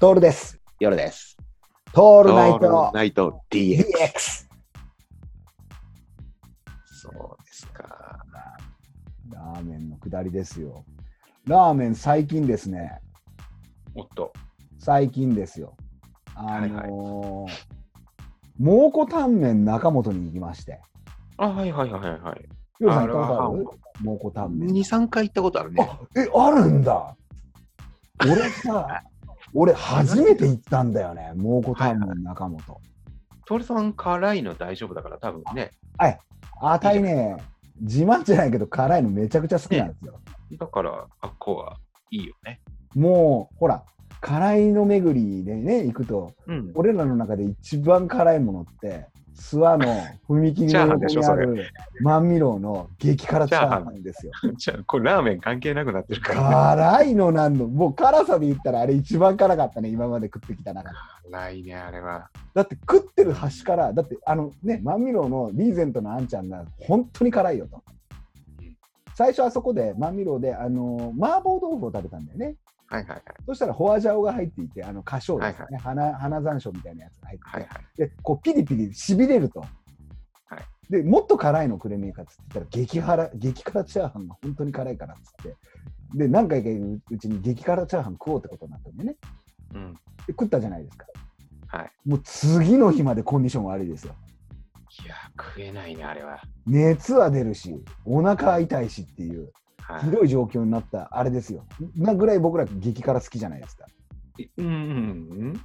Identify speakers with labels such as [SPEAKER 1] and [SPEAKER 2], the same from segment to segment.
[SPEAKER 1] トールです。
[SPEAKER 2] 夜です。
[SPEAKER 1] ト
[SPEAKER 2] オ
[SPEAKER 1] ールナイト
[SPEAKER 2] ナイト
[SPEAKER 1] DX。
[SPEAKER 2] DX。そうですか。
[SPEAKER 1] ラーメンの下りですよ。ラーメン最近ですね。
[SPEAKER 2] おっと。
[SPEAKER 1] 最近ですよ。あのー蒙古タンメン中本に行きまして。
[SPEAKER 2] あ、はいはいはいはいはい。
[SPEAKER 1] ヨウさん
[SPEAKER 2] あ
[SPEAKER 1] 行ったことある
[SPEAKER 2] れ
[SPEAKER 1] 蒙古タンメン。
[SPEAKER 2] 二三回行ったことあるね。
[SPEAKER 1] あえ、あるんだ。俺 さ、俺初めて行ったんだよね。蒙古タンメン中本。
[SPEAKER 2] トールさん辛いの大丈夫だから多分ね。
[SPEAKER 1] あたいね、自慢じゃないけど辛いのめちゃくちゃ好きなんですよ。
[SPEAKER 2] だからあっこはいいよね。
[SPEAKER 1] もう、ほら、辛いの巡りでね、行くと、
[SPEAKER 2] うん。
[SPEAKER 1] 俺らの中で一番辛いものって、諏訪の踏切
[SPEAKER 2] チャーハ
[SPEAKER 1] の
[SPEAKER 2] ンでし
[SPEAKER 1] 横
[SPEAKER 2] ょ
[SPEAKER 1] にある万味楼の激辛チャーハン
[SPEAKER 2] チャーハ
[SPEAKER 1] なんですよ。
[SPEAKER 2] じゃあこれラーメン関係なくなってるから、ね。
[SPEAKER 1] 辛いのなんの、もう辛さで言ったらあれ一番辛かったね、今まで食ってきた中で。
[SPEAKER 2] 辛いねあれは。
[SPEAKER 1] だって食ってる端から、だってあのね、万味楼のリーゼントのあんちゃんが本当に辛いよと
[SPEAKER 2] うん。
[SPEAKER 1] 最初あそこで万味楼で、あの麻婆豆腐を食べたんだよね。
[SPEAKER 2] はいはい
[SPEAKER 1] そしたらホアジャオが入っていて、あの花椒ですね、花花山椒みたいなやつが入ってて、
[SPEAKER 2] はいはいはい。
[SPEAKER 1] でこうピリピリしびれると、でもっと辛いのくれねえかっつって言ったら激辛激辛チャーハンが本当に辛いからっつってで何回か言ううちに激辛チャーハン食おうってことになったんでね
[SPEAKER 2] うん。
[SPEAKER 1] で食ったじゃないですか
[SPEAKER 2] はい。
[SPEAKER 1] もう次の日までコンディション悪いですよ
[SPEAKER 2] いや食えないねあれは。
[SPEAKER 1] 熱は出るしお腹痛いしっていう
[SPEAKER 2] は
[SPEAKER 1] ひ
[SPEAKER 2] い。
[SPEAKER 1] どい状況になったあれですよなぐらい僕ら激辛好きじゃないですか
[SPEAKER 2] うんうんうん。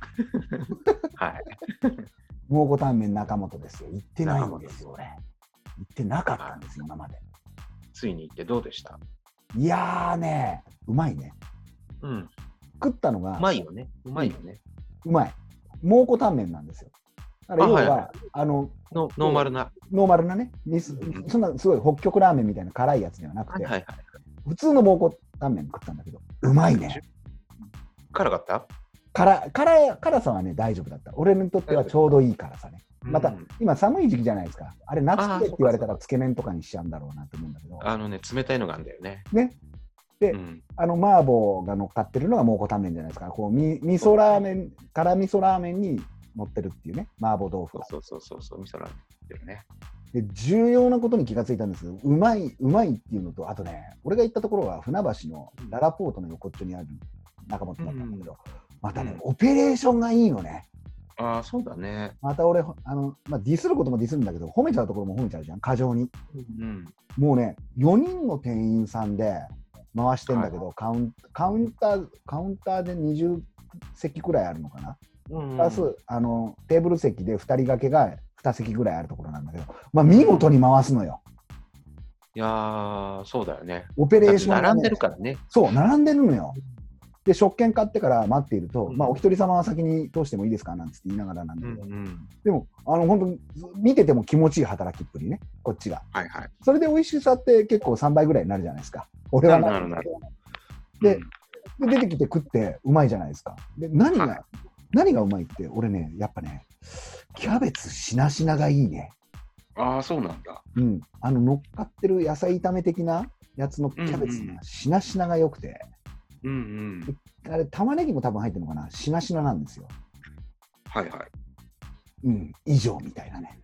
[SPEAKER 2] はい。
[SPEAKER 1] 蒙古タンメン中本ですよ行ってないんですよ俺行ってなかったんですよ今まで
[SPEAKER 2] ついに行ってどうでした
[SPEAKER 1] いやーねうまいね
[SPEAKER 2] うん。
[SPEAKER 1] 食ったのが
[SPEAKER 2] うまいよね。うまいよね。
[SPEAKER 1] うまい。蒙古タンメンなんですよ。だから要は、
[SPEAKER 2] あ
[SPEAKER 1] あ,、
[SPEAKER 2] はいは
[SPEAKER 1] の、
[SPEAKER 2] のノーマルな。
[SPEAKER 1] ノーマルなね、ミス
[SPEAKER 2] うんうん
[SPEAKER 1] そんなすごい北極ラーメンみたいな辛いやつではなく
[SPEAKER 2] はい
[SPEAKER 1] て、
[SPEAKER 2] はいはい。
[SPEAKER 1] 普通の蒙古タンメン食ったんだけど、うまいね。
[SPEAKER 2] 辛かった
[SPEAKER 1] 辛辛い辛さはね、大丈夫だった。俺にとってはちょうどいい辛さね。また、
[SPEAKER 2] うん
[SPEAKER 1] 今寒い時期じゃないですか。あれ、夏
[SPEAKER 2] あー
[SPEAKER 1] 食えって言われたら
[SPEAKER 2] そうかそうか
[SPEAKER 1] つけ麺とかにしちゃうんだろうなと思うんだけど、
[SPEAKER 2] あのね、冷たいのがあるんだよね。
[SPEAKER 1] ね。で
[SPEAKER 2] うん、
[SPEAKER 1] あの、麻婆が乗っかってるのが蒙古タンメンじゃないですか。こう、み味噌ラーメン、辛味噌ラーメンに乗ってるっていうね、麻婆豆腐
[SPEAKER 2] そう
[SPEAKER 1] が。
[SPEAKER 2] そうそうそうそう、味噌ラーメンってるね。
[SPEAKER 1] で重要なことに気がついたんですけどうまいうまいっていうのとあとね俺が行ったところは船橋のララポートの横っちょにある中本だったんだけど、またね、
[SPEAKER 2] うん
[SPEAKER 1] オペレーションがいいのね
[SPEAKER 2] ああ、そうだね。
[SPEAKER 1] また俺あの、まあ、ディスることもディスるんだけど褒めちゃうところも褒めちゃうじゃん過剰に
[SPEAKER 2] うん。
[SPEAKER 1] もうね4人の店員さんで回してんだけど、カウンカウンターカウンターで20席くらいあるのかな
[SPEAKER 2] うん
[SPEAKER 1] プラス、あのテーブル席で2人掛けが2席ぐらいあるところなんだけど、まあ、見事に回すのよ
[SPEAKER 2] いやー、そうだよね。
[SPEAKER 1] オペレーションがね、
[SPEAKER 2] 並んでるからね。
[SPEAKER 1] そう、並んでるのよ。で、食券買ってから待っていると、
[SPEAKER 2] うん
[SPEAKER 1] まあ、お一人様は先に通してもいいですかなんつって言いながらなん
[SPEAKER 2] う
[SPEAKER 1] だ
[SPEAKER 2] ん
[SPEAKER 1] けど、
[SPEAKER 2] うん。
[SPEAKER 1] でも、あの、本当に見てても気持ちいい働きっぷりね、こっちが。
[SPEAKER 2] はいはい。
[SPEAKER 1] それで美味しさって結構3倍ぐらいになるじゃないですか。俺は
[SPEAKER 2] なるなる
[SPEAKER 1] で
[SPEAKER 2] うん
[SPEAKER 1] で、出てきて食ってうまいじゃないですか。で、何
[SPEAKER 2] はい
[SPEAKER 1] が、何がうまいって、俺ね、やっぱね、キャベツしなしながいいね。
[SPEAKER 2] ああ、そうなんだ。
[SPEAKER 1] うん。あの、乗っかってる野菜炒め的なやつのキャベツ
[SPEAKER 2] うんうん
[SPEAKER 1] がしなしなが良くて。
[SPEAKER 2] うんうん。
[SPEAKER 1] あれ、玉ねぎも多分入ってるのかな、しなしななんですよ。
[SPEAKER 2] はいはい。
[SPEAKER 1] うん、以上みたいなね。